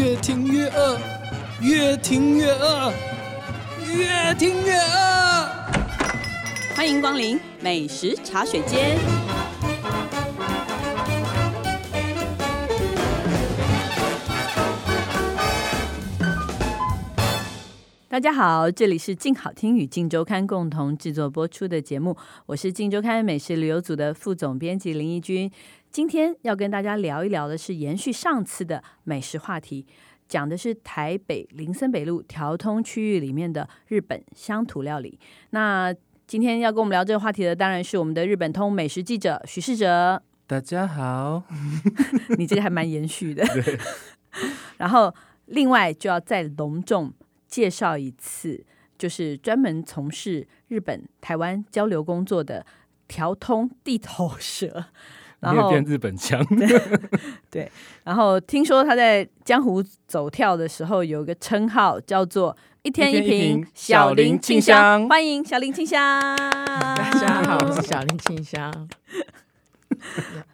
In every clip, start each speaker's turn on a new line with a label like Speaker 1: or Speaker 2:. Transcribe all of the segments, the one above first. Speaker 1: 越饿，越听越饿，越听越饿。
Speaker 2: 欢迎光临美食茶水间。大家好，这里是静好听与静周刊共同制作播出的节目，我是静周刊美食旅游组的副总编辑林义君。今天要跟大家聊一聊的是延续上次的美食话题，讲的是台北林森北路调通区域里面的日本乡土料理。那今天要跟我们聊这个话题的，当然是我们的日本通美食记者许世哲。
Speaker 3: 大家好，
Speaker 2: 你这个还蛮延续的。 然后，另外就要再隆重介绍一次，就是专门从事日本台湾交流工作的调通地头蛇。然
Speaker 3: 没有
Speaker 2: 后
Speaker 3: 变日本腔，
Speaker 2: 然后听说他在江湖走跳的时候，有一个称号叫做“一天
Speaker 3: 一
Speaker 2: 一
Speaker 3: 天一
Speaker 2: 瓶
Speaker 3: 瓶小林
Speaker 2: 林
Speaker 3: 清香
Speaker 2: 欢迎小林清香。
Speaker 4: 大家好，我是小林 清香。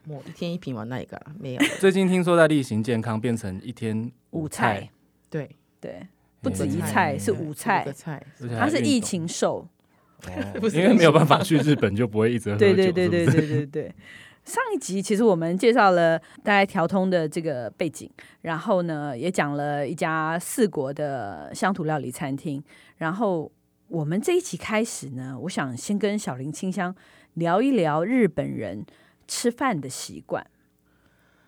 Speaker 4: 我一天一瓶嘛，那一个啊没有
Speaker 3: 最近听说在例行健康，变成一天
Speaker 2: 五菜，，
Speaker 4: 对，
Speaker 2: 对，
Speaker 3: 不
Speaker 2: 止一菜
Speaker 4: 菜
Speaker 2: 是五菜
Speaker 4: 五个菜。
Speaker 3: 而且还
Speaker 2: 他是
Speaker 3: 运
Speaker 2: 疫
Speaker 3: 动，
Speaker 2: 情瘦。
Speaker 3: 哦
Speaker 4: 不是
Speaker 3: 因为没有办法去日本，就不会一直喝酒，
Speaker 2: 对对对对
Speaker 3: 是不是，
Speaker 2: 对对对。上一集其实我们介绍了大概调通的这个背景，然后呢也讲了一家四国的乡土料理餐厅。然后我们这一集开始呢，我想先跟小林清香聊一聊日本人吃饭的习惯。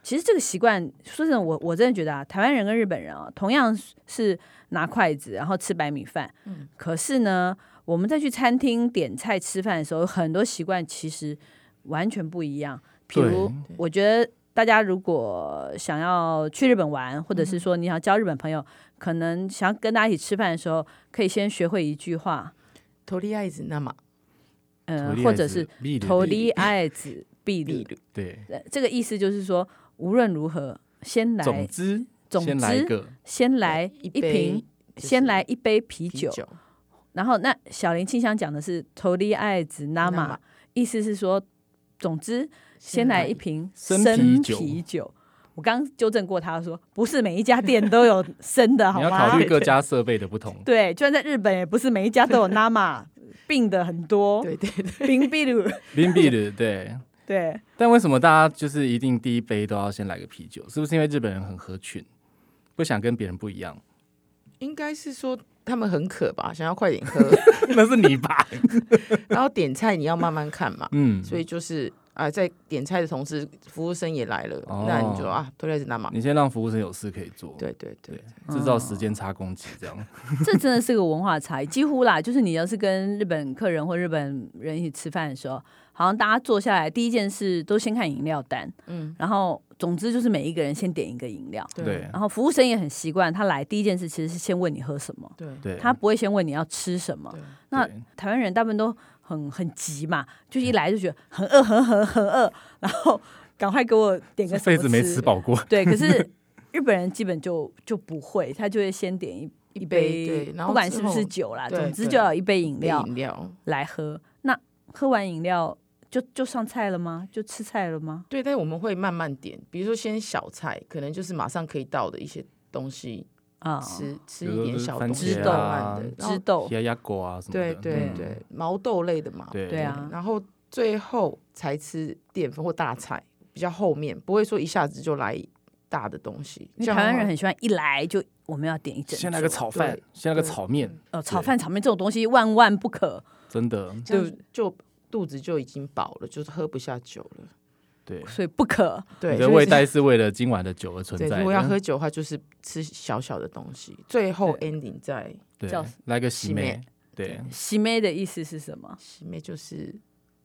Speaker 2: 其实这个习惯，说真的，我我真的觉得啊，台湾人跟日本人啊，同样是拿筷子然后吃白米饭，可是呢，我们再去餐厅点菜吃饭的时候，有很多习惯其实完全不一样。比如
Speaker 3: 对，
Speaker 2: 我觉得大家如果想要去日本玩，或者是说你想要交日本朋友，可能想要跟大家一起吃饭的时候，可以先学会一句话，
Speaker 4: とりあえず那么
Speaker 2: 嗯、或者是
Speaker 3: 秘鲁
Speaker 2: 头里爱子必
Speaker 4: 秘
Speaker 2: 理，
Speaker 4: 鲁，
Speaker 3: 对，
Speaker 2: 呃这个意思就是说，无论如何，先
Speaker 3: 总
Speaker 2: 来，
Speaker 3: 之
Speaker 2: 总
Speaker 3: 先来一
Speaker 2: 之，
Speaker 3: 个
Speaker 2: 先来
Speaker 4: 一
Speaker 2: 一
Speaker 4: 杯
Speaker 2: 瓶，
Speaker 4: 就是
Speaker 2: 先来一杯啤
Speaker 4: 啤
Speaker 2: 酒。
Speaker 4: 酒，
Speaker 2: 然后那小林清香讲的是头里爱子那嘛，意思是说，总之先来一瓶
Speaker 3: 生啤酒
Speaker 2: 生啤酒我刚纠正过他说，不是每一家店都有生的，好
Speaker 3: 你要考
Speaker 2: 吗
Speaker 3: 虑？各家设备的不同，
Speaker 2: 对，就算在日本，也不是每一家都有那 嘛，病的很多，
Speaker 4: 对对对，
Speaker 2: 冰壁鲁，
Speaker 3: 冰啤的 对。
Speaker 2: 对，
Speaker 3: 但为什么大家就是一定第一杯都要先来个啤酒？是不是因为日本人很合群，不想跟别人不一样？
Speaker 4: 应该是说他们很渴吧，想要快点喝，
Speaker 3: 那是你吧？
Speaker 4: 然后点菜你要慢慢看嘛，
Speaker 3: 嗯，
Speaker 4: 所以就是啊，在点菜的同时，服务生也来了，
Speaker 3: 哦
Speaker 4: 那你就啊，とりあえず那么，
Speaker 3: 你先让服务生有事可以做，
Speaker 4: 对对对
Speaker 3: 对，
Speaker 2: 嗯
Speaker 3: 制造时间差攻击这样。
Speaker 2: 这真的是个文化差异，几乎啦，就是你要是跟日本客人或日本人一起吃饭的时候，好像大家坐下来第一件事都先看饮料单，
Speaker 4: 嗯，
Speaker 2: 然后总之就是每一个人先点一个饮料。
Speaker 3: 对啊
Speaker 2: 然后服务生也很习惯，他来第一件事其实是先问你喝什么，
Speaker 4: 对
Speaker 3: 对，
Speaker 2: 他不会先问你要吃什么
Speaker 4: 对。
Speaker 2: 那
Speaker 3: 对
Speaker 2: 台湾人大部分都很很急嘛，就一来就觉得很饿、很饿、很饿，然后赶快给我点个什么
Speaker 3: 辈子没吃。饱过，
Speaker 2: 对，可是日本人基本就就不会，他就会先点一
Speaker 4: 一
Speaker 2: 杯，
Speaker 4: 杯对然
Speaker 2: 不
Speaker 4: 后
Speaker 2: 管是不
Speaker 4: 之
Speaker 2: 是
Speaker 4: 后
Speaker 2: 酒啦，
Speaker 4: 对
Speaker 2: 总之
Speaker 4: 对
Speaker 2: 就要有一杯饮
Speaker 4: 一杯
Speaker 2: 料
Speaker 4: 饮料，
Speaker 2: 来喝。那喝完饮料就就上菜了吗？就吃菜了吗？
Speaker 4: 对，但是我们会慢慢点，比如说先小菜，可能就是马上可以到的一些东西，
Speaker 2: 啊、
Speaker 4: 吃吃
Speaker 3: 比如
Speaker 4: 一
Speaker 3: 说
Speaker 4: 点
Speaker 3: 是
Speaker 4: 小
Speaker 3: 番
Speaker 4: 东西，
Speaker 2: 茄
Speaker 4: 慢
Speaker 3: 啊
Speaker 4: 慢的，然
Speaker 2: 知
Speaker 4: 后
Speaker 2: 豆
Speaker 3: 压压锅啊什么
Speaker 4: 对
Speaker 3: 的。
Speaker 4: 对
Speaker 3: 嗯
Speaker 4: 对，毛豆类的嘛，
Speaker 3: 对
Speaker 2: 对啊，
Speaker 4: 然后最后才吃淀粉或大菜，比较后面，不会说一下子就来大的东西。
Speaker 2: 因为
Speaker 4: 这样
Speaker 2: 台湾
Speaker 4: 的
Speaker 2: 人
Speaker 4: 话
Speaker 2: 很喜欢一来就我们要点一整
Speaker 3: 先来个
Speaker 2: 桌
Speaker 3: 炒饭
Speaker 4: 对，
Speaker 3: 先来个
Speaker 4: 对
Speaker 3: 炒面，
Speaker 2: 呃，炒饭、炒面这种东西万万不可。
Speaker 3: 真的
Speaker 4: 这样
Speaker 2: 对
Speaker 4: 就肚子就已经饱了，就是喝不下酒了。
Speaker 3: 对。
Speaker 2: 所以不可。
Speaker 4: 对，
Speaker 3: 你的
Speaker 4: 所以
Speaker 3: 味
Speaker 4: 是
Speaker 3: 道是为了今晚的酒而存
Speaker 4: 对，
Speaker 3: 在的。
Speaker 4: 如果要喝酒的话，就是吃小小的东西，最后 ending 在
Speaker 3: 对
Speaker 2: 叫
Speaker 3: 来个喜
Speaker 4: 喜
Speaker 3: 梅
Speaker 4: 梅，
Speaker 3: 对，
Speaker 2: 喜妹的意思是什么？
Speaker 4: 前面就是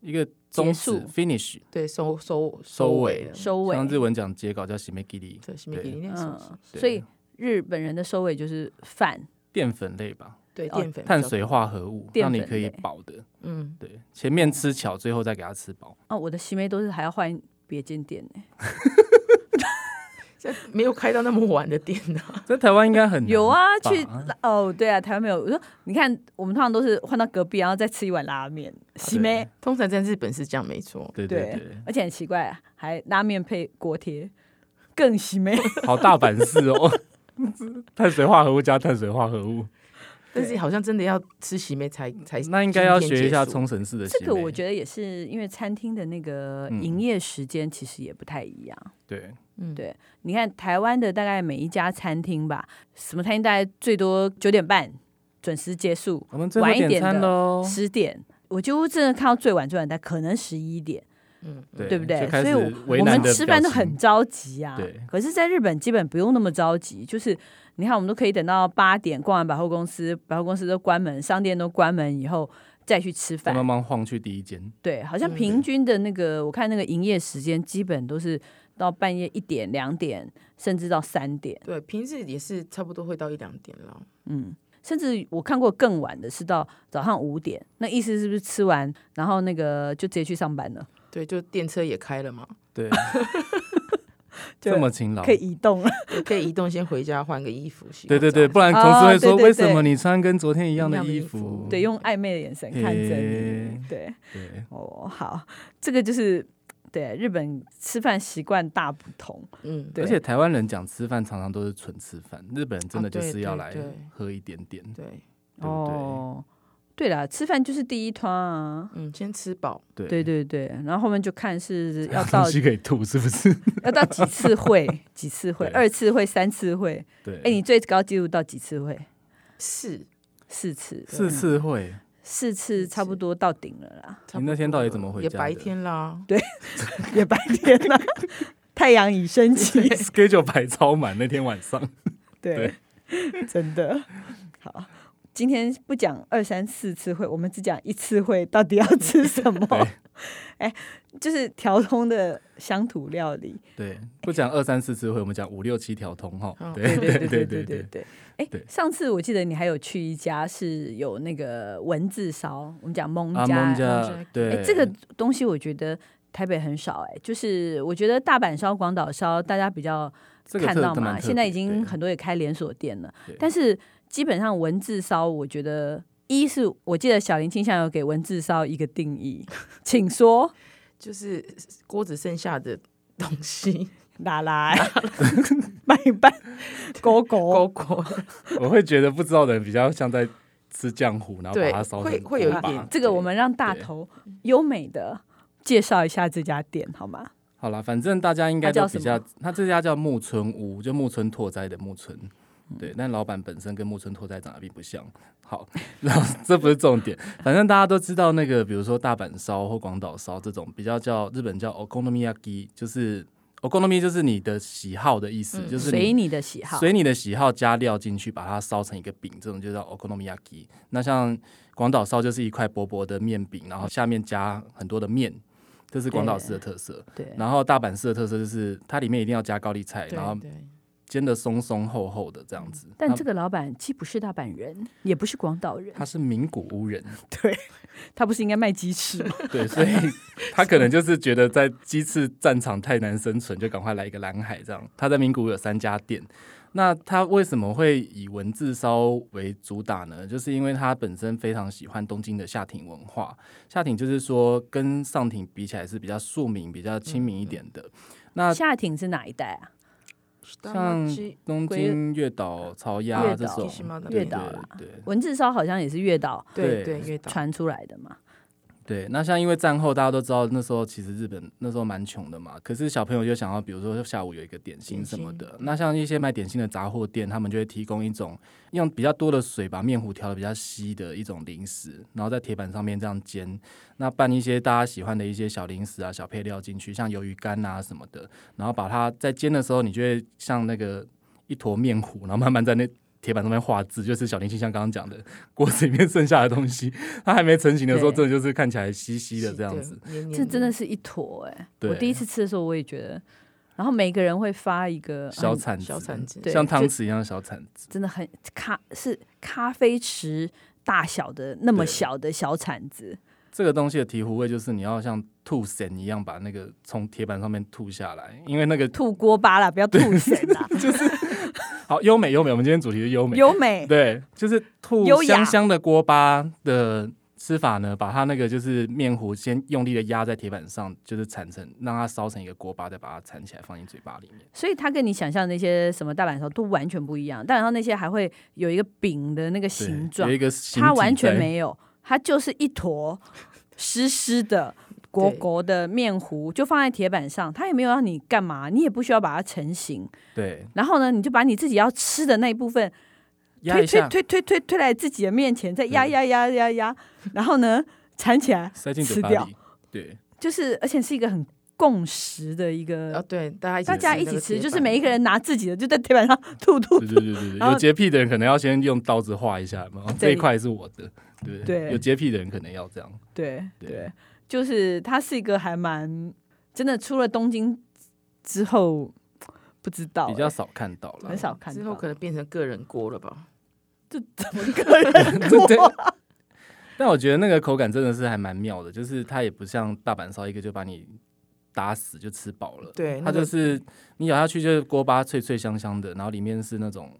Speaker 3: 一个终
Speaker 2: 结
Speaker 3: 止
Speaker 2: 束
Speaker 3: finish，
Speaker 4: 对收收
Speaker 3: 收尾
Speaker 4: 尾了。
Speaker 2: 收尾。
Speaker 3: 像日文讲结稿叫喜梅吉里，
Speaker 4: 对，西梅给你那
Speaker 2: 嗯
Speaker 4: 种，
Speaker 3: 对
Speaker 2: 所以日本人的收尾就是饭。
Speaker 3: 淀粉类吧，
Speaker 4: 对
Speaker 2: 哦
Speaker 4: 淀粉比较
Speaker 3: 碳水化合物，
Speaker 2: 淀
Speaker 3: 让你
Speaker 2: 粉
Speaker 3: 可以
Speaker 2: 类
Speaker 3: 饱的。
Speaker 4: 嗯，
Speaker 3: 对，前面吃巧，最后再给它吃饱。
Speaker 2: 哦，我的喜妹都是还要换别间店呢。
Speaker 4: 这没有开到那么晚的店呢、啊。
Speaker 3: 在台湾应该很
Speaker 2: 有啊，
Speaker 3: 吧
Speaker 2: 去哦，对啊，台湾没有。我说你看，我们通常都是换到隔壁，然后再吃一碗拉面。喜妹，
Speaker 4: 通常在日本是这样，没错。
Speaker 3: 啊对对
Speaker 2: 对
Speaker 3: 对，，
Speaker 2: 而且很 奇怪，还拉面配锅贴，更喜妹。
Speaker 3: 好大阪市哦， 碳水化合物加碳水化合物，
Speaker 4: 但是好像真的要吃喜梅才才
Speaker 3: 那应该要
Speaker 4: 今天
Speaker 3: 学一下
Speaker 4: 结束
Speaker 3: 冲绳式的西
Speaker 2: 这
Speaker 3: 梅。
Speaker 2: 个我觉得也是因为餐厅的那个
Speaker 3: 嗯
Speaker 2: 营业时间其实也不太一样。
Speaker 3: 对，
Speaker 4: 嗯
Speaker 2: 对你看台湾的大概每一家餐厅吧，什么餐厅大概最多九点半准时结束，
Speaker 3: 我们最后
Speaker 2: 晚一点
Speaker 3: 点餐
Speaker 2: 的
Speaker 3: 喽，
Speaker 2: 十点。我几乎真的看到最晚最晚的可能十一点，
Speaker 4: 嗯，
Speaker 2: 对不对
Speaker 3: 就？开
Speaker 2: 所以
Speaker 3: 始
Speaker 2: 我
Speaker 3: 为
Speaker 2: 我
Speaker 3: 难
Speaker 2: 们
Speaker 3: 的
Speaker 2: 吃
Speaker 3: 表
Speaker 2: 饭都
Speaker 3: 情
Speaker 2: 很着急啊。
Speaker 3: 对
Speaker 2: 可是，在日本基本不用那么着急，就是你看，我们都可以等到八点逛完百货公司，百货公司都关门，商店都关门以后再去吃
Speaker 3: 再
Speaker 2: 饭
Speaker 3: 慢。慢晃去第一间，
Speaker 2: 对，好像
Speaker 4: 嗯
Speaker 2: 平均的那个，我看那个营业时间基本都是到半夜一点、两点，甚至到三点，
Speaker 4: 对，平日也是差不多会到一两点了。
Speaker 2: 嗯，甚至我看过更晚的是到早上五点。那意思是不是吃完，然后那个就直接去上班了，
Speaker 4: 对，就电车也开了嘛，
Speaker 3: 对，
Speaker 2: 就
Speaker 3: 这么勤劳
Speaker 2: 可以。移动了？
Speaker 4: 也可以移动先回家换个衣服。洗个
Speaker 3: 对对
Speaker 4: 澡
Speaker 3: 对，不然同
Speaker 2: 哦
Speaker 3: 事
Speaker 2: 对
Speaker 3: 会说
Speaker 2: 对
Speaker 3: 为什
Speaker 2: 对
Speaker 3: 么你穿跟昨天一样
Speaker 4: 一
Speaker 3: 的
Speaker 4: 样的
Speaker 3: 衣
Speaker 4: 衣服
Speaker 3: 服？
Speaker 2: 对，用暧昧的眼神看着你
Speaker 3: 嘿，
Speaker 2: 对，
Speaker 3: 对，
Speaker 2: 哦，好，这个就是对日本吃饭习惯大不同，
Speaker 4: 嗯，
Speaker 2: 对
Speaker 3: 而且台湾人讲吃饭常常都是纯吃饭，日本人真的就是要
Speaker 4: 啊
Speaker 3: 来
Speaker 4: 对对对
Speaker 3: 喝一点点。对
Speaker 4: 对，
Speaker 3: 不对
Speaker 2: 哦，对啦，吃饭就是第一团啊。
Speaker 4: 嗯，先吃饱，
Speaker 3: 对
Speaker 2: 对对对，然后后面就看是要到
Speaker 3: 东西可以吐是不是？
Speaker 2: 要到几次会，几次会，
Speaker 3: 对
Speaker 2: 二次会、三次会。
Speaker 3: 对，
Speaker 2: 哎，你最高纪录到几次会？
Speaker 4: 是
Speaker 2: 四次，
Speaker 3: 四 次会，
Speaker 2: 四次差不多到顶了啦，
Speaker 4: 差
Speaker 3: 你
Speaker 4: 不
Speaker 3: 那天
Speaker 4: 多
Speaker 3: 到底
Speaker 4: 了
Speaker 3: 怎么回
Speaker 4: 也
Speaker 3: 家
Speaker 4: 白
Speaker 3: 的
Speaker 4: 天啦，
Speaker 2: 也白天了， 太阳已升起。
Speaker 3: schedule 排超满那天晚上。
Speaker 2: 对， 真的好。今天不讲二三四次会，我们只讲一次会，到底要吃什么
Speaker 3: 对？
Speaker 2: 哎，就是调通的乡土料理。
Speaker 3: 对，不讲二三四次会，我们讲五六七条通哈
Speaker 4: 哦。
Speaker 3: 对
Speaker 2: 对对对
Speaker 3: 对
Speaker 2: 对
Speaker 3: 对，
Speaker 2: 对。哎
Speaker 3: 对，
Speaker 2: 上次我记得你还有去一家是有那个蚊子烧，我们讲蒙
Speaker 3: 阿
Speaker 2: 家。
Speaker 3: 蒙
Speaker 4: 家
Speaker 3: 啊家，
Speaker 2: 哎
Speaker 3: 对，
Speaker 2: 这个东西我觉得台北很少哎、就是我觉得大阪烧、广岛烧大家比较
Speaker 3: 这个
Speaker 2: 看
Speaker 3: 特
Speaker 2: 到
Speaker 3: 特蛮
Speaker 2: 嘛，
Speaker 3: 特
Speaker 2: 现在
Speaker 3: 别
Speaker 2: 已经
Speaker 3: 对
Speaker 2: 很多也开连锁店了
Speaker 3: 对，
Speaker 2: 但是基本上文字烧，我觉得。一是我记得小林倾向有给文字烧一个定义，请 说，
Speaker 4: 就是锅子剩下的东 西，
Speaker 2: 拉拉 卖办狗狗
Speaker 4: 狗狗
Speaker 3: 我会觉得不知道的人比较像在吃浆糊，然后把
Speaker 4: 对
Speaker 3: 它烧成
Speaker 4: 会会有一
Speaker 3: 锅巴
Speaker 4: 点
Speaker 2: 这个我们让大
Speaker 3: 对
Speaker 2: 头优美的介绍一下这家店好吗？
Speaker 3: 好啦，反正大家应该
Speaker 2: 它叫
Speaker 3: 都
Speaker 2: 什
Speaker 3: 比
Speaker 2: 么
Speaker 3: 较，他这家叫木村屋，就木村拓哉的木村。对，但老板本身跟木村拓哉长得并不像。好， 然后这不是重点，反正大家都知道那个，比如说大阪烧或广岛烧这种比较叫日本叫 okonomiyaki，就是 okonomi 就是你的喜好的意思，
Speaker 4: 嗯
Speaker 3: 就是
Speaker 2: 随你的喜好，
Speaker 3: 随你的喜好加料进去，把它烧成一个饼，这种就叫 okonomiyaki。那像广岛烧就是一块薄薄的面饼，然后下面加很多的面，这是广岛市的特色。
Speaker 2: 对，
Speaker 3: 然后大阪市的特色就是它里面一定要加高丽菜，
Speaker 4: 对
Speaker 3: 然后
Speaker 4: 对，
Speaker 3: 煎的松松厚厚的这样子。
Speaker 2: 但
Speaker 3: 它
Speaker 2: 这个老板既不是大阪人，也不是广岛人，
Speaker 3: 它是名古屋 人，
Speaker 2: 他不是应该卖鸡翅吗？
Speaker 3: 对，所以他可能就是觉得在鸡翅战场太难生存，就赶快来一个蓝海这样。他在名古屋有三家店，那他为什么会以文字烧为主打呢？就是因为他本身非常喜欢东京的下町文化，下町就是说跟上町比起来是比较庶民、比较亲民一点的。那
Speaker 2: 下町是哪一带啊？
Speaker 3: 像东京、月岛、朝
Speaker 2: 月
Speaker 3: 鸭这
Speaker 2: 岛
Speaker 3: 种，
Speaker 4: Kishimada
Speaker 3: 对
Speaker 2: 月岛啊
Speaker 3: 对
Speaker 2: 啦
Speaker 3: 对
Speaker 2: 文字烧好像也是月岛
Speaker 4: 对
Speaker 3: 对
Speaker 4: 对，月岛
Speaker 2: 传出来的嘛。
Speaker 3: 对，那像因为战后大家都知道，那时候其实日本那时候蛮穷的嘛，可是小朋友就想要，比如说下午有一个点心
Speaker 4: 点
Speaker 3: 什
Speaker 4: 心
Speaker 3: 么的。那像一些卖点心的杂货店，他们就会提供一种用比较多的水把面糊调的比较稀的一种零食，然后在铁板上面这样煎，那拌一些大家喜欢的一些小零食啊、小配料进去，像鱿鱼干啊什么的，然后把它在煎的时候，你就会像那个一坨面糊，然后慢慢在那。铁板上面画字，就是小林青像刚刚讲的锅子里面剩下的东西， 它还没成型的时候，
Speaker 2: 对
Speaker 3: 真的就是看起来稀稀的这样子。，
Speaker 4: 对黏黏
Speaker 2: 这真的是一坨哎、
Speaker 3: 对
Speaker 2: 我第一次吃的时候我也觉得，然后每个人会发一个
Speaker 3: 小
Speaker 2: 嗯
Speaker 3: 铲子，
Speaker 4: 小铲子
Speaker 2: 对
Speaker 3: 像汤匙一样的小铲子，
Speaker 2: 真的很咖是咖啡匙大小的那么
Speaker 3: 对
Speaker 2: 小的小铲子，
Speaker 3: 这个东西的提壶味就是你要像吐神一样把那个从铁板上面吐下来，因为那个
Speaker 2: 吐锅巴啦，不要吐神 啦，
Speaker 3: 好优美优美，我们今天主题是优美，
Speaker 2: 优美
Speaker 3: 对，就是吐
Speaker 2: 优雅
Speaker 3: 香香的锅巴的吃法呢，把它那个就是面糊先用力的压在铁板上，就是缠成，让它烧成一个锅巴，再把它缠起来放进嘴巴里面。
Speaker 2: 所以它跟你想象的那些什么大阪烧都完全不一样。大阪烧那些还会有一个饼的那个
Speaker 3: 对
Speaker 2: 形状
Speaker 3: 有一，个形
Speaker 2: 它
Speaker 3: 体
Speaker 2: 完全
Speaker 3: 在
Speaker 2: 没有，它就是一坨湿湿的。果果的面糊就放在铁板上，它也没有让你干嘛，你也不需要把它成型。
Speaker 3: 对
Speaker 2: 然后呢，你就把你自己要吃的那一部分
Speaker 3: 压
Speaker 2: 推
Speaker 3: 一
Speaker 2: 推
Speaker 3: 下，嗯
Speaker 2: 推推推推来自己的面前，再压
Speaker 3: 对
Speaker 2: 压压压压，然后呢缠起来，
Speaker 3: 塞进
Speaker 2: 吃
Speaker 3: 嘴巴
Speaker 2: 掉
Speaker 3: 里。对，
Speaker 2: 就是而且是一个很共识的一个
Speaker 3: 呃
Speaker 4: 啊，对，大家一起
Speaker 2: 大家一
Speaker 4: 那
Speaker 2: 起
Speaker 4: 个
Speaker 2: 吃，
Speaker 4: 铁
Speaker 2: 就是
Speaker 4: 板
Speaker 2: 每一个人拿自己的，就在铁板上吐吐
Speaker 3: 对对对对对，
Speaker 2: 然后
Speaker 3: 有洁癖的人可能要先用刀子划一下，有没有这一块是我的。对
Speaker 2: 对
Speaker 3: 有洁癖的人可能要这样。
Speaker 2: 对
Speaker 3: 对
Speaker 2: 对，就是它是一个还蛮真的，出了东京之后不知道、
Speaker 3: 比较
Speaker 2: 欸
Speaker 3: 少看到了
Speaker 2: 很，少看
Speaker 4: 之后
Speaker 2: 到，
Speaker 4: 可能变成个人锅了吧？
Speaker 3: 对。 但我觉得那个口感真的是还蛮妙的，就是它也不像大阪烧一个就把你打死就吃饱了，
Speaker 4: 对
Speaker 3: 它
Speaker 4: 那个
Speaker 3: 就是你咬下去就是锅巴脆脆香香的，然后里面是那种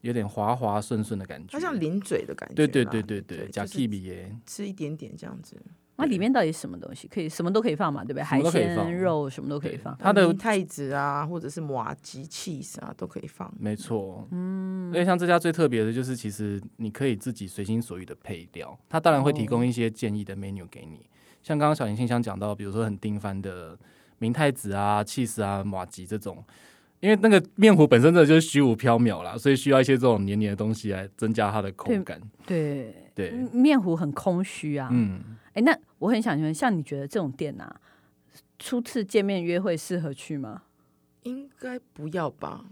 Speaker 3: 有点滑滑顺顺的感觉，
Speaker 4: 它像零嘴的感觉啦。
Speaker 3: 对对对对对，
Speaker 4: 啊就
Speaker 3: 加
Speaker 4: 是
Speaker 3: k b 耶，
Speaker 4: 吃一点点这样子，
Speaker 2: 那里面到底是什么东西？可以什么都可以放嘛，对不对？
Speaker 3: 什
Speaker 2: 海
Speaker 3: 么都可以放
Speaker 2: 鲜、肉什么都可以
Speaker 3: 对
Speaker 2: 放。
Speaker 3: 它的
Speaker 4: 明太子啊，或者是麻吉 cheese 啊，都可以放。
Speaker 3: 没错，嗯，而且像这家最特别的就是，其实你可以自己随心所欲的配料，它当然会提
Speaker 2: 哦
Speaker 3: 供一些建议的 menu 给你。像刚刚小林信箱讲到，比如说很定番的明太子啊、cheese 啊、马吉这种，因为那个面糊本身真的就是虚无缥缈啦，所以需要一些这种黏黏的东西来增加它的口感。
Speaker 2: 对，
Speaker 3: 对，
Speaker 2: 嗯面糊很空虚啊。
Speaker 3: 嗯，
Speaker 2: 哎、那我很想问，像你觉得这种店啊，初次见面约会适合去吗？
Speaker 4: 应该不要吧？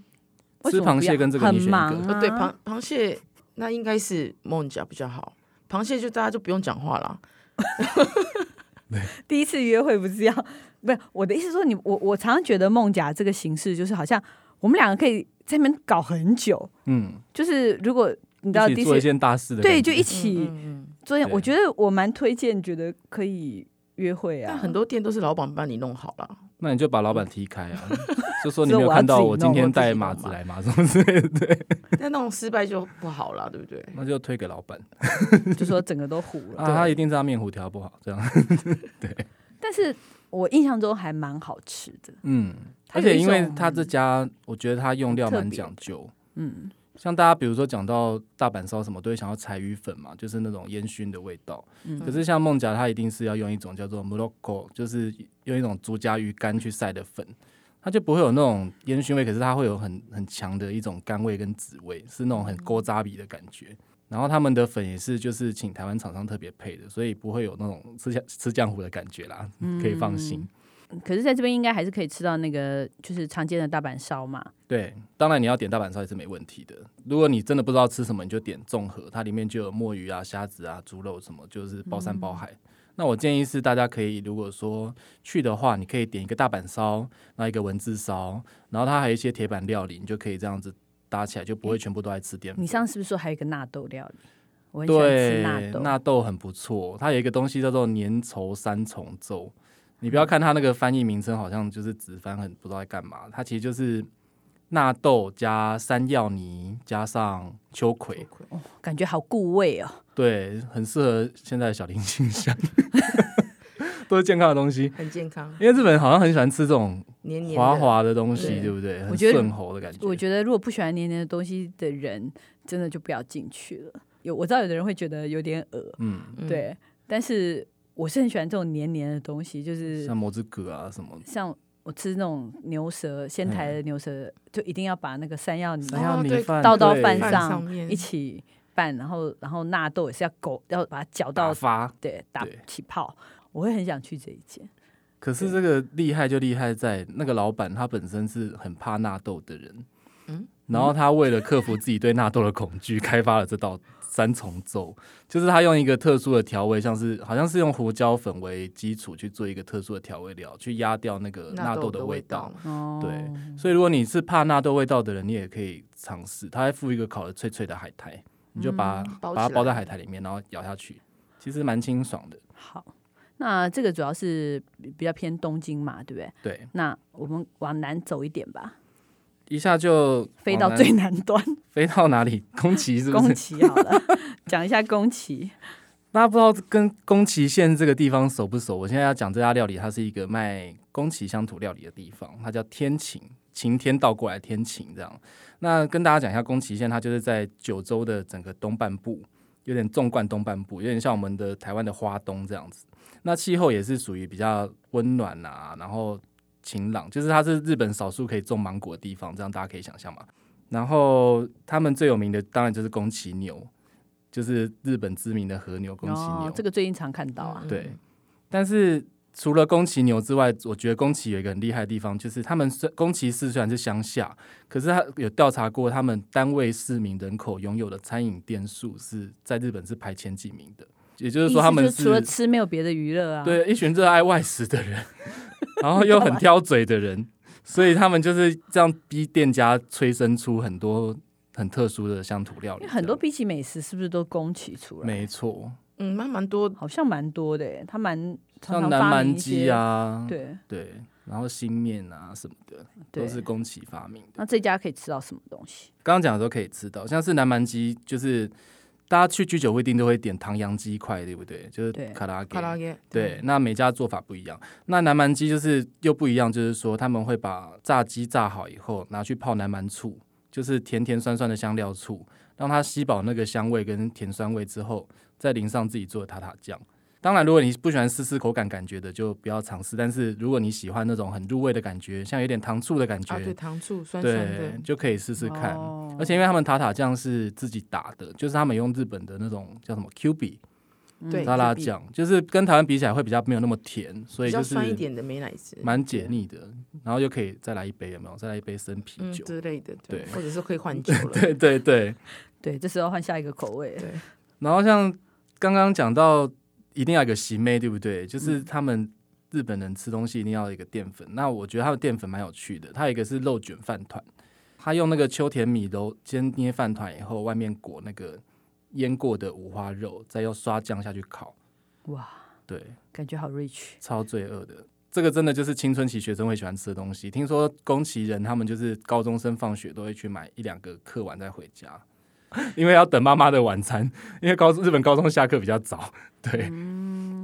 Speaker 2: 为
Speaker 3: 吃
Speaker 2: 什么
Speaker 3: 螃
Speaker 2: 不要
Speaker 3: 蟹跟这个
Speaker 2: 很
Speaker 3: 你选一
Speaker 2: 忙
Speaker 3: 个，
Speaker 2: 啊
Speaker 4: 呃，对，螃螃蟹那应该是梦甲比较好。螃蟹就大家就不用讲话啦。
Speaker 2: 第一次约会不是要，不是我的意思是说你我我常常觉得梦甲这个形式就是好像我们两个可以在那边搞很久，
Speaker 3: 嗯，
Speaker 2: 就是如果你知道
Speaker 3: 一
Speaker 2: 第
Speaker 3: 起
Speaker 2: 一
Speaker 3: 做一
Speaker 2: 次
Speaker 3: 件大事的感觉，
Speaker 2: 对就一
Speaker 3: 起
Speaker 2: 起
Speaker 4: 嗯嗯，
Speaker 2: 做一件，
Speaker 3: 对
Speaker 2: 我觉得我蛮推荐，觉得可以约会啊。
Speaker 4: 但很多店都是老板帮你弄好了。
Speaker 3: 那你就把老板踢开 啊，就说你
Speaker 2: 所以
Speaker 3: 没有
Speaker 2: 我要
Speaker 3: 看到
Speaker 2: 自己
Speaker 3: 我今
Speaker 2: 弄
Speaker 3: 天
Speaker 4: 我自己
Speaker 3: 带
Speaker 4: 弄
Speaker 3: 马
Speaker 4: 嘛
Speaker 3: 子来嘛，是不是？
Speaker 4: 但那种失败就不好了，对不对？
Speaker 3: 那就推给老板。
Speaker 2: 就说整个都糊了。
Speaker 3: 啊，他一定知道面糊调不好，这样，
Speaker 2: 但是我印象中还蛮好吃的，
Speaker 3: 嗯，
Speaker 2: 它
Speaker 3: 而
Speaker 2: 有
Speaker 3: 且
Speaker 2: 一
Speaker 3: 因为
Speaker 2: 种
Speaker 3: 他这家，我觉得他用料
Speaker 2: 特
Speaker 3: 蛮
Speaker 2: 别
Speaker 3: 讲究，
Speaker 2: 嗯，
Speaker 3: 像大家比如说讲到大阪烧什么，都会想要柴鱼粉嘛，就是那种烟熏的味道，
Speaker 2: 嗯
Speaker 3: 可是像梦甲，它一定是要用一种叫做 morocco，就是用一种竹夹鱼干去晒的粉。它就不会有那种烟熏味，可是它会有很很强的一种甘味跟紫味，是那种
Speaker 2: 嗯
Speaker 3: 很勾扎比的感觉。然后他们的粉也是就是请台湾厂商特别配的，所以不会有那种吃酱吃浆糊的感觉啦，
Speaker 2: 嗯
Speaker 3: 可以放心。
Speaker 2: 可是在这边应该还是可以吃到那个就是常见的大阪烧嘛。
Speaker 3: 对，当然你要点大阪烧也是没问题的。如果你真的不知道吃什么，你就点综合，它里面就有墨鱼啊、虾子啊、猪肉什么，就是包山包海。那我建议是大家可以，如果说去的话，你可以点一个大阪烧，然后一个文字烧，然后它还有一些铁板料理，你就可以这样子搭起来，就不会全部都在吃淀粉。
Speaker 2: 你上次是不是说还有一个纳豆料理？我很喜欢吃
Speaker 3: 嗯对
Speaker 2: 纳豆，
Speaker 3: 纳豆很不错，它有一个东西叫做粘稠三重奏。你不要看它那个翻译名称，好像就是直翻，很不知道在干嘛。它其实就是纳豆加山药泥加上秋葵，
Speaker 2: 感觉好固味哦。
Speaker 3: 对，很适合现在的小林清香， 都是健康的东西。
Speaker 4: 很健康，
Speaker 3: 因为日本人好像很喜欢吃这种
Speaker 4: 黏黏的
Speaker 3: 滑滑的东西，
Speaker 4: 对
Speaker 3: 对不对？
Speaker 2: 我
Speaker 3: 很
Speaker 2: 觉得
Speaker 3: 顺喉的感觉。
Speaker 2: 我觉得如果不喜欢黏黏的东西的人，真的就不要进去了。有我知道有的人会觉得有点恶，
Speaker 3: 嗯，
Speaker 4: 嗯
Speaker 2: 对，但是我是很喜欢这种黏黏的东西，就是
Speaker 3: 像魔之葛啊什么的，
Speaker 2: 像我吃那种牛舌，仙台的牛舌，就一定要把那个山药泥
Speaker 3: 山药泥
Speaker 4: 哦对
Speaker 3: 饭
Speaker 2: 倒到
Speaker 3: 对
Speaker 2: 饭
Speaker 4: 饭
Speaker 2: 上
Speaker 4: 上面
Speaker 2: 一起拌，然后然后纳豆也是要狗要把它搅
Speaker 3: 打
Speaker 2: 到
Speaker 3: 发。
Speaker 2: 对打
Speaker 3: 对
Speaker 2: 起泡，我会很想去这一间。
Speaker 3: 可是这个厉害就厉害在那个老板他本身是很怕纳豆的人，
Speaker 4: 嗯
Speaker 3: 然后他为了克服自己对纳豆的恐惧，开发了这道三重奏，就是他用一个特殊的调味，像是好像是用胡椒粉为基础去做一个特殊的调味料，去压掉那个纳豆的
Speaker 4: 的
Speaker 3: 味
Speaker 4: 道
Speaker 3: 道。
Speaker 4: 嘛，
Speaker 2: 哦
Speaker 3: 对，所以如果你是怕纳豆味道的人，你也可以尝试，他还附一个烤的脆脆的海苔，你就把、
Speaker 4: 包
Speaker 3: 把它
Speaker 4: 起
Speaker 3: 包在
Speaker 4: 来
Speaker 3: 海苔里面，然后咬下去，其实蛮清爽的。
Speaker 2: 好，那这个主要是比较偏东京嘛，对不对？
Speaker 3: 对，
Speaker 2: 那我们往南走一点吧，
Speaker 3: 一下就
Speaker 2: 飞
Speaker 3: 往
Speaker 2: 到
Speaker 3: 南
Speaker 2: 最南端，
Speaker 3: 飞到哪里？宫崎是不
Speaker 2: 宫
Speaker 3: 是？
Speaker 2: 崎好了，讲一下宫崎。
Speaker 3: 大家不知道跟宫崎县这个地方熟不熟？我现在要讲这家料理，它是一个卖宫崎乡土料理的地方，它叫天晴，晴天倒过来天晴这样。那跟大家讲一下，宫崎县它就是在九州的整个东半部，有点纵贯东半部，有点像我们的台湾的花东这样子。那气候也是属于比较温暖啊，然后晴朗，就是它是日本少数可以种芒果的地方，这样大家可以想象嘛。然后他们最有名的当然就是宫崎牛，就是日本知名的和牛宫崎牛。
Speaker 2: 哦
Speaker 3: 嗯
Speaker 2: 这个最近常看到啊，
Speaker 3: 对，但是除了宫崎牛之外，我觉得宫崎有一个很厉害的地方，就是他们虽宫崎市虽然是乡下，可是他有调查过，他们单位市民人口拥有的餐饮店数是在日本是排前几名的，也就
Speaker 2: 意
Speaker 3: 是
Speaker 2: 思
Speaker 3: 说他们
Speaker 2: 就是除了吃没有别的娱乐啊，，
Speaker 3: 对一群热爱外食的 人，然后又很挑嘴的人，所以他们就是这样逼店家催生出很多很特殊的乡土料
Speaker 2: 因为
Speaker 3: 理，
Speaker 2: 很多比起美食是不是都宫崎出
Speaker 3: 这样
Speaker 2: 来？
Speaker 3: 没错，
Speaker 4: 嗯，蛮蛮多
Speaker 2: 好像蛮多的耶，他蛮常
Speaker 3: 像
Speaker 2: 常
Speaker 3: 南
Speaker 2: 发
Speaker 3: 蛮
Speaker 2: 明一些
Speaker 3: 鸡，啊，
Speaker 2: 对
Speaker 3: 对，然后新面啊什么的，
Speaker 2: 对
Speaker 3: 都，是宫崎发明的。
Speaker 2: 那这家可以吃到什么东西？
Speaker 3: 刚刚讲的都可以吃到，像是南蛮鸡，就是大家去居酒屋一定都会点唐扬鸡块，对不对？就是
Speaker 2: 对
Speaker 3: 卡拉给
Speaker 4: 卡。拉耶，
Speaker 3: 对，那每家做法不一样。那南蛮鸡就是又不一样，就是说他们会把炸鸡炸好以后，拿去泡南蛮醋，就是甜甜酸酸的香料醋，让它吸饱那个香味跟甜酸味之后，再淋上自己做的塔塔酱。当然，如果你不喜欢丝丝口感感觉的，就不要尝试。但是如果你喜欢那种很入味的感觉，像有点糖醋的感觉，
Speaker 4: 啊，对，糖醋酸酸
Speaker 3: 对
Speaker 4: 的，，
Speaker 3: 就可以试试看。
Speaker 2: 哦
Speaker 3: 而且因为他们塔塔酱是自己打的，就是他们用日本的那种叫什么 Q 比嗯
Speaker 4: 对，
Speaker 3: 沙拉
Speaker 4: 就比
Speaker 3: 酱，就是跟台湾比起来会比较没有那么甜，所
Speaker 4: 比
Speaker 3: 以
Speaker 4: 较
Speaker 3: 就是
Speaker 4: 酸一点的美乃滋，
Speaker 3: 蛮解腻的。然后又可以再来一杯，有没有？再来一杯生啤
Speaker 4: 嗯
Speaker 3: 酒。
Speaker 4: 之类的，对，
Speaker 3: 对
Speaker 4: 或者是可以换酒 了，
Speaker 3: 对对对。
Speaker 2: 对，这时候换下一个口味，
Speaker 4: 对，
Speaker 3: 然后像刚刚讲到，一定要有一个洗妹，对不对？就是他们日本人吃东西一定要有一个淀粉。那我觉得它的淀粉蛮有趣的，它有一个是肉卷饭团，它用那个秋田米揉煎捏饭团以后，外面裹那个腌过的五花肉，再用刷酱下去烤，
Speaker 2: 哇，
Speaker 3: 对，
Speaker 2: 感觉好 rich，
Speaker 3: 超罪恶的。这个真的就是青春期学生会喜欢吃的东西。听说宫崎人他们就是高中生放学都会去买一两个课完再回家，因为要等妈妈的晚餐，因为高中日本高中下课比较早，对，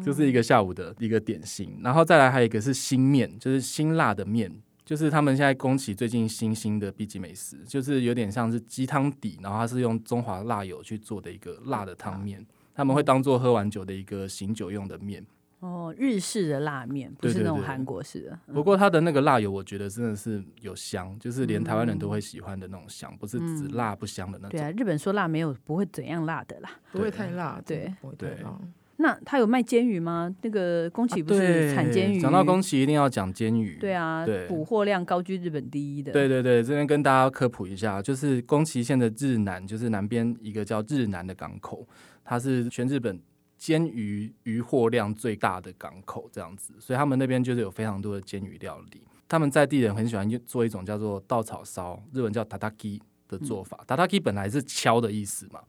Speaker 3: 就是一个下午的一个点心。然后再来还有一个是辛面，就是辛辣的面，就是他们现在宫崎最近新兴的 B 级美食，就是有点像是鸡汤底，然后它是用中华辣油去做的一个辣的汤面，他们会当做喝完酒的一个醒酒用的面。
Speaker 2: 哦，日式的拉面不是
Speaker 3: 对对
Speaker 2: 那种
Speaker 3: 对
Speaker 2: 韩国式的，嗯
Speaker 3: 不过它的那个辣油，我觉得真的是有香，就是连台湾人都会喜欢的那种香，不是只辣不香的那
Speaker 2: 嗯对
Speaker 3: 种。
Speaker 2: 啊，日本说辣没有不会怎样辣的啦。
Speaker 4: 不会太辣，
Speaker 2: 对
Speaker 4: 真的不会太
Speaker 3: 对
Speaker 4: 辣。
Speaker 2: 那他有卖煎鱼吗？那个宫崎不是产煎鱼？
Speaker 3: 啊讲到宫崎一定要讲煎鱼。
Speaker 2: 对啊
Speaker 3: 对，
Speaker 2: 捕获量高居日本第一的。
Speaker 3: 对对对，这边跟大家科普一下，就是宫崎县的日南，就是南边一个叫日南的港口，它是全日本煎鱼渔获量最大的港口，这样子，所以他们那边就是有非常多的煎鱼料理。他们在地人很喜欢用做一种叫做稻草烧，日文叫 tataki 的做法。tataki 本来是敲的意思嘛，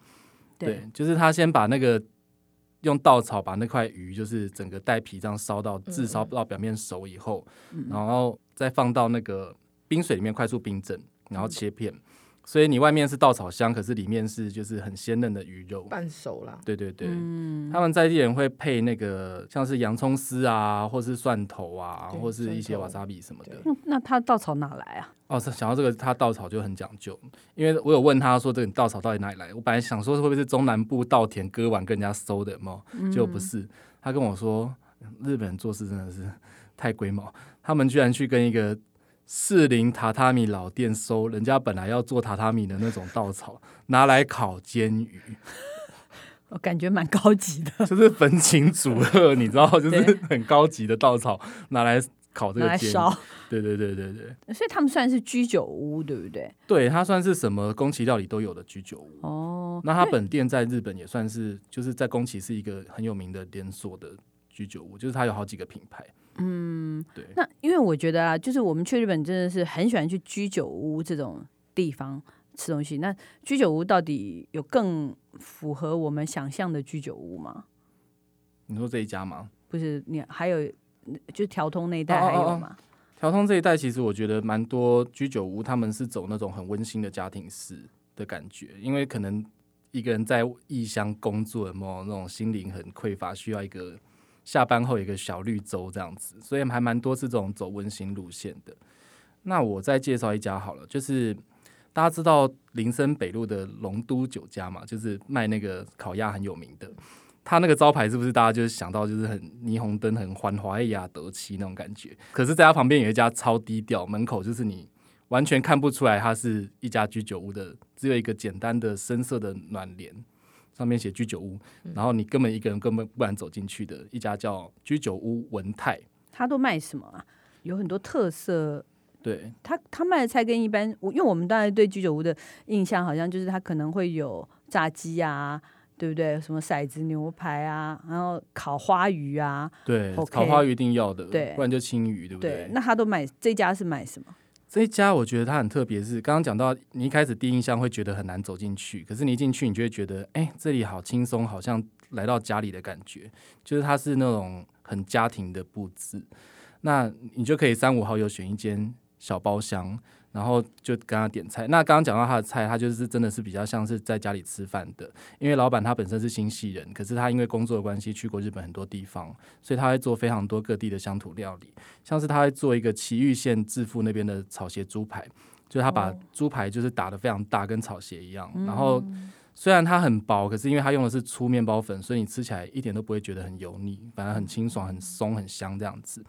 Speaker 3: 对
Speaker 2: 对，，
Speaker 3: 就是他先把那个用稻草把那块鱼，就是整个带皮这样烧到
Speaker 4: 嗯
Speaker 3: 炙烧到表面熟以后，
Speaker 2: 嗯
Speaker 3: 然后再放到那个冰水里面快速冰镇，然后切片。所以你外面是稻草香，可是里面是就是很鲜嫩的鱼肉。
Speaker 4: 半熟啦，
Speaker 3: 对对对，
Speaker 2: 嗯，
Speaker 3: 他们在地人会配那个像是洋葱丝啊，或是蒜头啊，
Speaker 4: 对
Speaker 3: 或是一些瓦
Speaker 4: 蒜头
Speaker 3: 萨比什么的。
Speaker 4: 对
Speaker 2: 那那他稻草哪来啊？
Speaker 3: 哦，是想到这个，他稻草就很讲究，因为我有问他说这个稻草到底哪里来，我本来想说会不会是中南部稻田割完跟人家收的嘛，
Speaker 2: 嗯
Speaker 3: 结果不是，他跟我说日本人做事真的是太龟毛，他们居然去跟一个士林榻榻米老店收人家本来要做榻榻米的那种稻草，拿来烤煎鱼，
Speaker 2: 我感觉蛮高级的，
Speaker 3: 就是焚琴煮鹤，你知道，就是
Speaker 2: 对
Speaker 3: 很高级的稻草拿来烤这
Speaker 2: 拿
Speaker 3: 个
Speaker 2: 来
Speaker 3: 煎
Speaker 2: 烧
Speaker 3: 鱼，。对对对对对，
Speaker 2: 所以他们算是居酒屋，对不对？
Speaker 3: 对它算是什么宫崎料理都有的居酒屋。
Speaker 2: 哦，
Speaker 3: 那它本店在日本也算是，就是在宫崎是一个很有名的连锁的居酒屋，就是它有好几个品牌。嗯，对，
Speaker 2: 那因为我觉得啊，就是我们去日本真的是很喜欢去居酒屋这种地方吃东西。那居酒屋到底有更符合我们想象的居酒屋吗？
Speaker 3: 你说这一家吗？
Speaker 2: 不是，你还有就是调通那一带
Speaker 3: 哦哦
Speaker 2: 还有
Speaker 3: 哦
Speaker 2: 吗？
Speaker 3: 调通这一带其实我觉得蛮多居酒屋，他们是走那种很温馨的家庭式的感觉，因为可能一个人在异乡工作，有没有那种心灵很匮乏，需要一个下班后有一个小绿洲这样子，所以还蛮多是这种走温馨路线的。那我再介绍一家好了，就是大家知道林森北路的龙都酒家嘛，就是卖那个烤鸭很有名的。它那个招牌是不是大家就是想到就是很霓虹灯、很繁华、哎呀德气那种感觉？可是，在它旁边有一家超低调，门口就是你完全看不出来它是一家居酒屋的，只有一个简单的深色的暖帘，上面写居酒屋，
Speaker 2: 嗯
Speaker 3: 然后你根本一个人根本不敢走进去的一家叫居酒屋文泰。
Speaker 2: 他都卖什么啊？有很多特色。
Speaker 3: 对，
Speaker 2: 他他卖的菜跟一般，我因为我们大概对居酒屋的印象好像就是他可能会有炸鸡啊，对不对？什么骰子牛排啊，然后烤花鱼啊，
Speaker 3: 对
Speaker 2: OK
Speaker 3: 烤花鱼一定要的，
Speaker 2: 对
Speaker 3: 不然就青鱼，对不
Speaker 2: 对。那他都卖这家是卖什么？
Speaker 3: 这一家我觉得它很特别，是刚刚讲到你一开始第一印象会觉得很难走进去，可是你一进去，你就会觉得，哎、这里好轻松，好像来到家里的感觉，就是它是那种很家庭的布置。那你就可以三五好友选一间小包厢，然后就跟他点菜。那刚刚讲到他的菜，他就是真的是比较像是在家里吃饭的，因为老板他本身是新西人，可是他因为工作的关系去过日本很多地方，所以他会做非常多各地的乡土料理，像是他会做一个崎玉县致富那边的草鞋猪排，就是他把
Speaker 2: 哦
Speaker 3: 猪排就是打得非常大，跟草鞋一样，然后。
Speaker 4: 嗯
Speaker 3: 虽然它很薄，可是因为它用的是粗面包粉，所以你吃起来一点都不会觉得很油腻，反而很清爽、很松、很香这样子。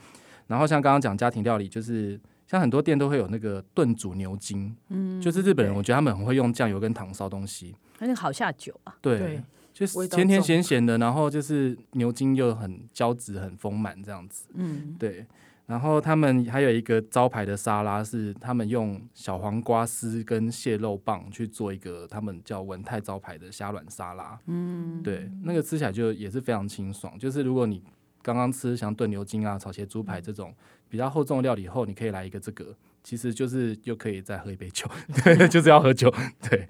Speaker 3: 然后像刚刚讲家庭料理，就是像很多店都会有那个炖煮牛筋，嗯，就是日本人，
Speaker 4: 对
Speaker 3: 我觉得他们很会用酱油跟糖烧东西，
Speaker 2: 而且好下酒啊，
Speaker 3: 对，
Speaker 4: 对
Speaker 3: 就是
Speaker 4: 味道
Speaker 3: 甜甜
Speaker 4: 重
Speaker 3: 咸咸的，然后就是牛筋又很胶质、很丰满这样子，
Speaker 2: 嗯，
Speaker 3: 对。然后他们还有一个招牌的沙拉是他们用小黄瓜丝跟蟹肉棒去做一个他们叫文泰招牌的虾卵沙拉，嗯，对，那个吃起来就也是非常清爽。就是如果你刚刚吃像炖牛筋啊、炒茄猪排这种比较厚重的料理后，你可以来一个这个，其实就是又可以再喝一杯酒， 对，就是要喝酒，对，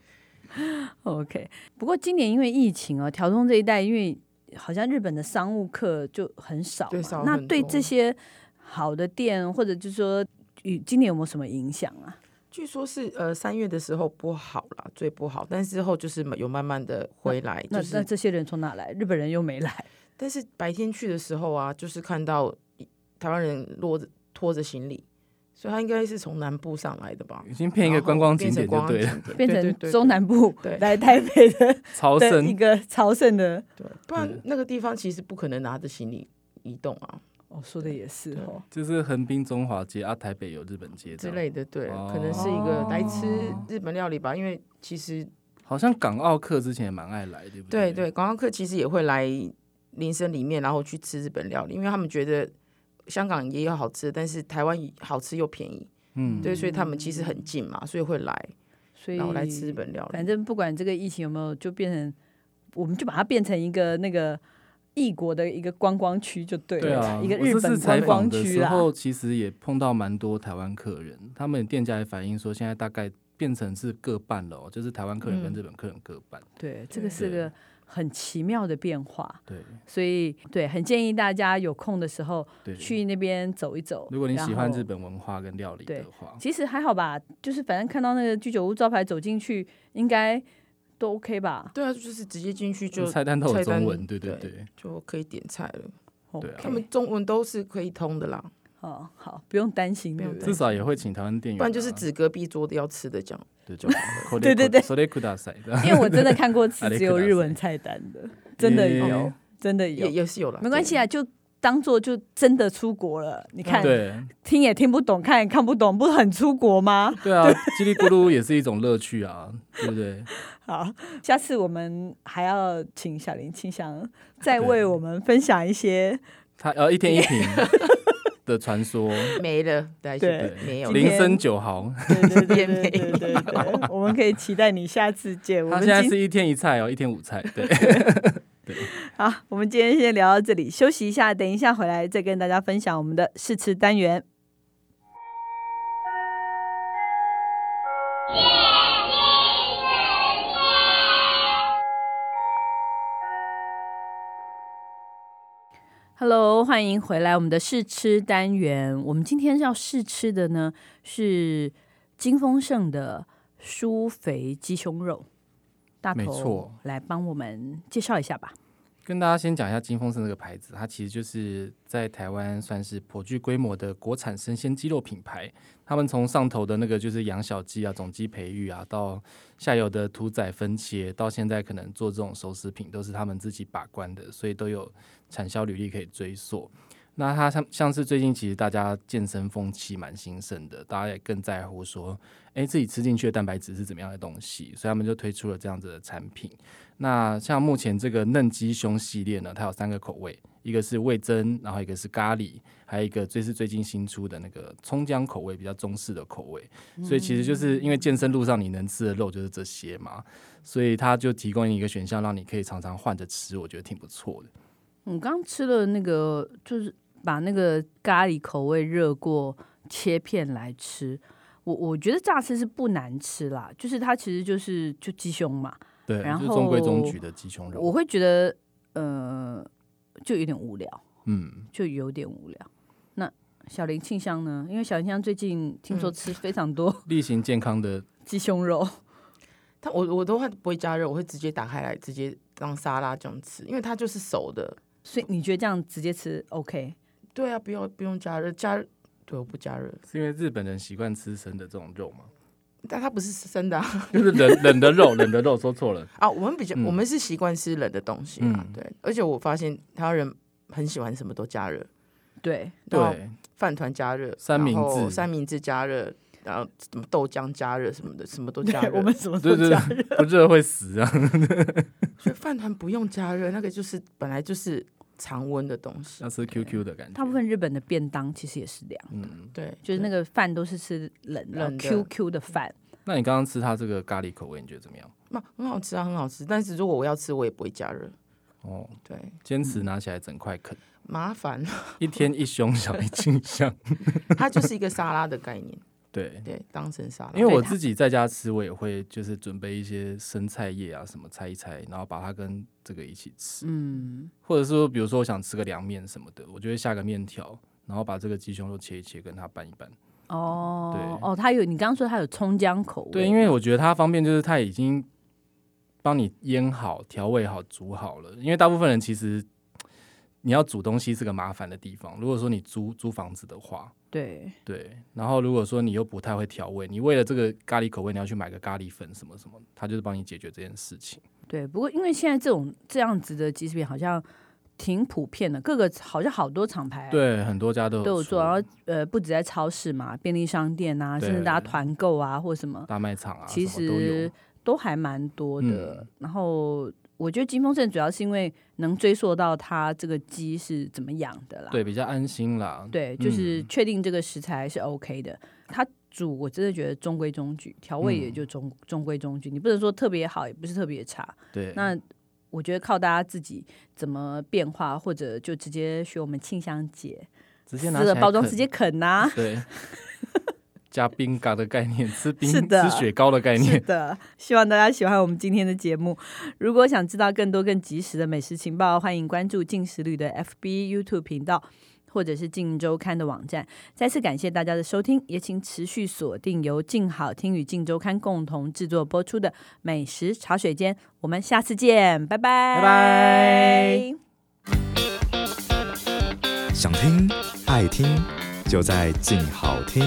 Speaker 2: OK，不过今年因为疫情啊，调通这一带因为好像日本的商务客就很少嘛，
Speaker 4: 对少
Speaker 2: 那
Speaker 4: 很
Speaker 2: 对
Speaker 4: 多
Speaker 2: 这些好的店或者就是说，与今年有没有什么影响啊？
Speaker 4: 据说是呃三月的时候不好啦，最不好，但是之后就是有慢慢的回来，
Speaker 2: 那、
Speaker 4: 就是
Speaker 2: 那这些人从哪来？日本人又没来，
Speaker 4: 但是白天去的时候啊，就是看到一台湾人拖着拖着行李，所以他应该是从南部上来的吧？
Speaker 3: 已经骗一个
Speaker 4: 然后
Speaker 3: 观光景点
Speaker 4: 变成
Speaker 3: 就
Speaker 4: 观光
Speaker 3: 对了，
Speaker 4: 景点
Speaker 2: 变
Speaker 4: 对对
Speaker 2: 成
Speaker 4: 对
Speaker 2: 中南部
Speaker 4: 对
Speaker 2: 来台北的
Speaker 3: 超
Speaker 2: 的一
Speaker 3: 生。
Speaker 2: 个朝圣的。
Speaker 4: 对，不然那个地方其实不可能拿着行李移动啊
Speaker 2: 哦，说的也是
Speaker 4: 对
Speaker 2: 哦，
Speaker 3: 就是横滨中华街啊，台北有日本街这
Speaker 4: 之
Speaker 3: 样，
Speaker 4: 类的，对，
Speaker 3: 哦
Speaker 4: 可能是一个来吃日本料理吧，因为其实
Speaker 3: 好像港澳客之前也蛮爱来，对不
Speaker 4: 对
Speaker 3: 对
Speaker 4: 对，观光客其实也会来林森里面，然后去吃日本料理，因为他们觉得香港也有好吃的，但是台湾好吃又便宜，
Speaker 3: 嗯，
Speaker 4: 对，所以他们其实很近嘛，所以会来，
Speaker 2: 所以
Speaker 4: 然后来吃日本料理。
Speaker 2: 反正不管这个疫情有没有，就变成我们就把它变成一个那个异国的一个观光区就对了，
Speaker 3: 对啊，
Speaker 2: 一个
Speaker 3: 我
Speaker 2: 日
Speaker 3: 这次
Speaker 2: 本观
Speaker 3: 采访
Speaker 2: 光
Speaker 3: 的
Speaker 2: 区
Speaker 3: 时
Speaker 2: 啦。
Speaker 3: 候，其实也碰到蛮多台湾客人，他们店家也反映说，现在大概变成是各半了、哦，就是台湾客人跟
Speaker 4: 嗯
Speaker 3: 日本客人各半。
Speaker 2: 对，这个
Speaker 4: 对
Speaker 2: 是个很奇妙的变化，
Speaker 3: 对
Speaker 2: 所以对，很建议大家有空的时候
Speaker 3: 对，
Speaker 2: 去那边走一走。
Speaker 3: 如果你喜
Speaker 2: 然
Speaker 3: 欢
Speaker 2: 后
Speaker 3: 日，本文化跟料理
Speaker 2: 对
Speaker 3: 的话，
Speaker 2: 其实还好吧，就是反正看到那个居酒屋招牌走进去，应该都 OK 吧。
Speaker 4: 对啊，就是直接进去就
Speaker 3: 菜单都有
Speaker 4: 菜单
Speaker 3: 中文，对对
Speaker 4: 对
Speaker 3: 对，
Speaker 4: 就可以点菜了。
Speaker 3: 对
Speaker 2: OK
Speaker 3: 啊
Speaker 4: 他们中文都是可以通的啦，
Speaker 2: 哦，好，不用担心，
Speaker 4: 不
Speaker 2: 对
Speaker 4: 用
Speaker 2: 不对
Speaker 3: 至？少也会请台湾店员啊，
Speaker 4: 不然就是指隔壁桌的要吃的这样。
Speaker 3: 对就好了
Speaker 2: 对对对
Speaker 3: それください，所 以
Speaker 2: 因为我真的看 过吃
Speaker 3: 阿里
Speaker 2: 只有
Speaker 3: 克达
Speaker 2: 日
Speaker 3: 塞
Speaker 2: 文菜单的，真的
Speaker 3: 耶
Speaker 2: 有，真的
Speaker 4: 也
Speaker 2: 有，
Speaker 4: 也是有了，
Speaker 2: 没关系
Speaker 4: 啊。
Speaker 2: 啊，就当做就真的出国了。你看，
Speaker 3: 对
Speaker 2: 听也听不懂，看也看不懂，不是很出国吗？
Speaker 3: 对啊，叽里咕噜也是一种乐趣啊，对不对？
Speaker 2: 好，下次我们还要请小林清香再
Speaker 3: 对
Speaker 2: 为我们分享一些
Speaker 3: 他呃一天一 瓶的传说，
Speaker 4: 没了，对
Speaker 2: 对
Speaker 4: 没有
Speaker 2: 今天
Speaker 3: 林森九豪，
Speaker 2: 对对对对
Speaker 4: 也没
Speaker 2: 对对对，我们可以期待你下次见。我
Speaker 3: 他
Speaker 2: 们
Speaker 3: 现在
Speaker 2: 今
Speaker 3: 是一天一菜哦，一天五菜，对。
Speaker 2: 好，我们今天先聊到这里，休息一下，等一下回来再跟大家分享我们的试吃单元。Hello，欢迎回来我们的试吃单元。我们今天要试吃的呢是金丰盛的酥肥鸡胸肉。大
Speaker 3: 没
Speaker 2: 头
Speaker 3: 错
Speaker 2: 来帮我们介绍一下吧。
Speaker 3: 跟大家先讲一下金丰盛这个牌子，它其实就是在台湾算是颇具规模的国产生鲜鸡肉品牌。他们从上头的那个就是养小鸡啊、种鸡培育啊，到下游的屠宰分切，到现在可能做这种熟食品，都是他们自己把关的，所以都有产销履历可以追溯。那它像像是最近其实大家健身风气蛮兴盛的，大家也更在乎说，哎，自己吃进去的蛋白质是怎么样的东西，所以他们就推出了这样子的产品。那像目前这个嫩鸡胸系列呢，它有三个口味，一个是味增，然后一个是咖喱，还有一个最是最近新出的那个葱姜口味，比较中式的口味。
Speaker 2: 嗯
Speaker 3: 所以其实就是因为健身路上你能吃的肉就是这些嘛，所以它就提供你一个选项，让你可以常常换着吃，我觉得挺不错的。
Speaker 2: 我刚刚吃了那个，就是把那个咖喱口味热过切片来吃。我我觉得炸翅是不难吃啦，就是它其实就是就鸡胸嘛，
Speaker 3: 对，
Speaker 2: 然
Speaker 3: 就是中规中
Speaker 2: 后
Speaker 3: 矩的鸡胸
Speaker 2: 我
Speaker 3: 肉。
Speaker 2: 会觉得呃就有点无聊，
Speaker 3: 嗯，
Speaker 2: 就有点无聊。那小林庆香呢？因为小林庆香最近听说
Speaker 4: 嗯
Speaker 2: 吃非常多
Speaker 3: 例行健康的
Speaker 2: 鸡胸肉，
Speaker 4: 它我我都会不会加热，我会直接打开来直接当沙拉这样吃，因为它就是熟的。
Speaker 2: 所以你觉得这样直接吃 OK？
Speaker 4: 对啊，不要不用加热，加热对我不加热，
Speaker 3: 是因为日本人习惯吃生的这种肉嘛，
Speaker 4: 但它不是生的啊。
Speaker 3: 就是冷冷的肉，冷的肉说错了。
Speaker 4: 啊我们比较、
Speaker 3: 嗯
Speaker 4: 我们是习惯吃冷的东西啊，
Speaker 3: 嗯
Speaker 4: 对。而且我发现台湾人很喜欢什么都加热，
Speaker 2: 对，啊
Speaker 4: 然后
Speaker 3: 对，
Speaker 4: 饭团加热，
Speaker 3: 三明
Speaker 4: 然后
Speaker 3: 治
Speaker 4: 三明治加热，然后什么豆浆加热什么的，什么都加热。
Speaker 2: 我们什么
Speaker 3: 对
Speaker 2: 都
Speaker 3: 对
Speaker 2: 加热。
Speaker 3: 对，不热会死啊。
Speaker 4: 所以饭团不用加热，那个就是本来就是常温的东西
Speaker 3: 要。吃 QQ 的感觉。
Speaker 2: 大部分日本的便当其实也是这样，
Speaker 3: 嗯，
Speaker 4: 对，
Speaker 2: 就是那
Speaker 4: 个
Speaker 2: 个饭都是吃冷的
Speaker 4: 冷的
Speaker 2: QQ 的饭。
Speaker 3: 那你刚刚吃它这个咖喱口味，你觉得怎么样？
Speaker 4: 那很好吃啊，很好吃。但是如果我要吃，我也不会加热。
Speaker 3: 哦，
Speaker 4: 对，
Speaker 3: 坚持拿起来整块啃，
Speaker 4: 麻烦。
Speaker 3: 一天一胸，小一斤香。
Speaker 4: 它就是一个沙拉的概念，
Speaker 3: 对，
Speaker 4: 对，当成沙拉。
Speaker 3: 因为我自己在家吃，我也会就是准备一些生菜叶啊什么拆一拆，然后把它跟这个一起吃，
Speaker 2: 嗯，
Speaker 3: 或者说比如说我想吃个凉面什么的，我就会下个面条，然后把这个鸡胸肉切一切，跟它拌一拌。
Speaker 2: 哦
Speaker 3: 对
Speaker 2: 哦，它有你刚刚说它有葱姜口味，
Speaker 3: 对，因为我觉得它方便，就是它已经帮你腌好、调味好、煮好了。因为大部分人其实你要煮东西是个麻烦的地方。如果说你租租房子的话，
Speaker 2: 对
Speaker 3: 对，然后如果说你又不太会调味，你为了这个咖喱口味，你要去买个咖喱粉什么什么，它就是帮你解决这件事情。
Speaker 2: 对，不过因为现在这种这样子的即食品好像挺普遍的，各个好像好多厂牌
Speaker 3: 对，很多家都有
Speaker 2: 都有
Speaker 3: 出
Speaker 2: 做，然后呃，不止在超市嘛，便利商店啊，
Speaker 3: 对
Speaker 2: 甚至大家团购啊或什么，
Speaker 3: 大卖场啊，
Speaker 2: 其
Speaker 3: 什么都有
Speaker 2: 实。都还蛮多的。
Speaker 3: 嗯
Speaker 2: 然后我觉得金丰盛主要是因为能追溯到它这个鸡是怎么养的啦，
Speaker 3: 对比较安心啦。
Speaker 2: 对，就是
Speaker 3: 嗯
Speaker 2: 确定这个食材是 OK 的。它煮我真的觉得中规中矩，调味也
Speaker 3: 嗯
Speaker 2: 就中、中规中矩。你不能说特别好，也不是特别差。
Speaker 3: 对，
Speaker 2: 那我觉得靠大家自己怎么变化，或者就直接学我们庆香姐
Speaker 3: 直接
Speaker 2: 撕
Speaker 3: 拿起
Speaker 2: 了
Speaker 3: 来
Speaker 2: 包装
Speaker 3: 啃
Speaker 2: 直接啃啊呐、
Speaker 3: 对。加冰嘎的概念，吃冰
Speaker 2: 是的
Speaker 3: 吃雪糕的概念
Speaker 2: 是，的，希望大家喜欢我们今天的节目。如果想知道更多更及时的美食情报，欢迎关注进食旅的 FB、YouTube 频道，或者是静周刊的网站。再次感谢大家的收听，也请持续锁定由静好听与静周刊共同制作播出的《美食茶水间》，我们下次见，拜拜，
Speaker 3: 拜拜。
Speaker 5: 想听爱听，就在静好听。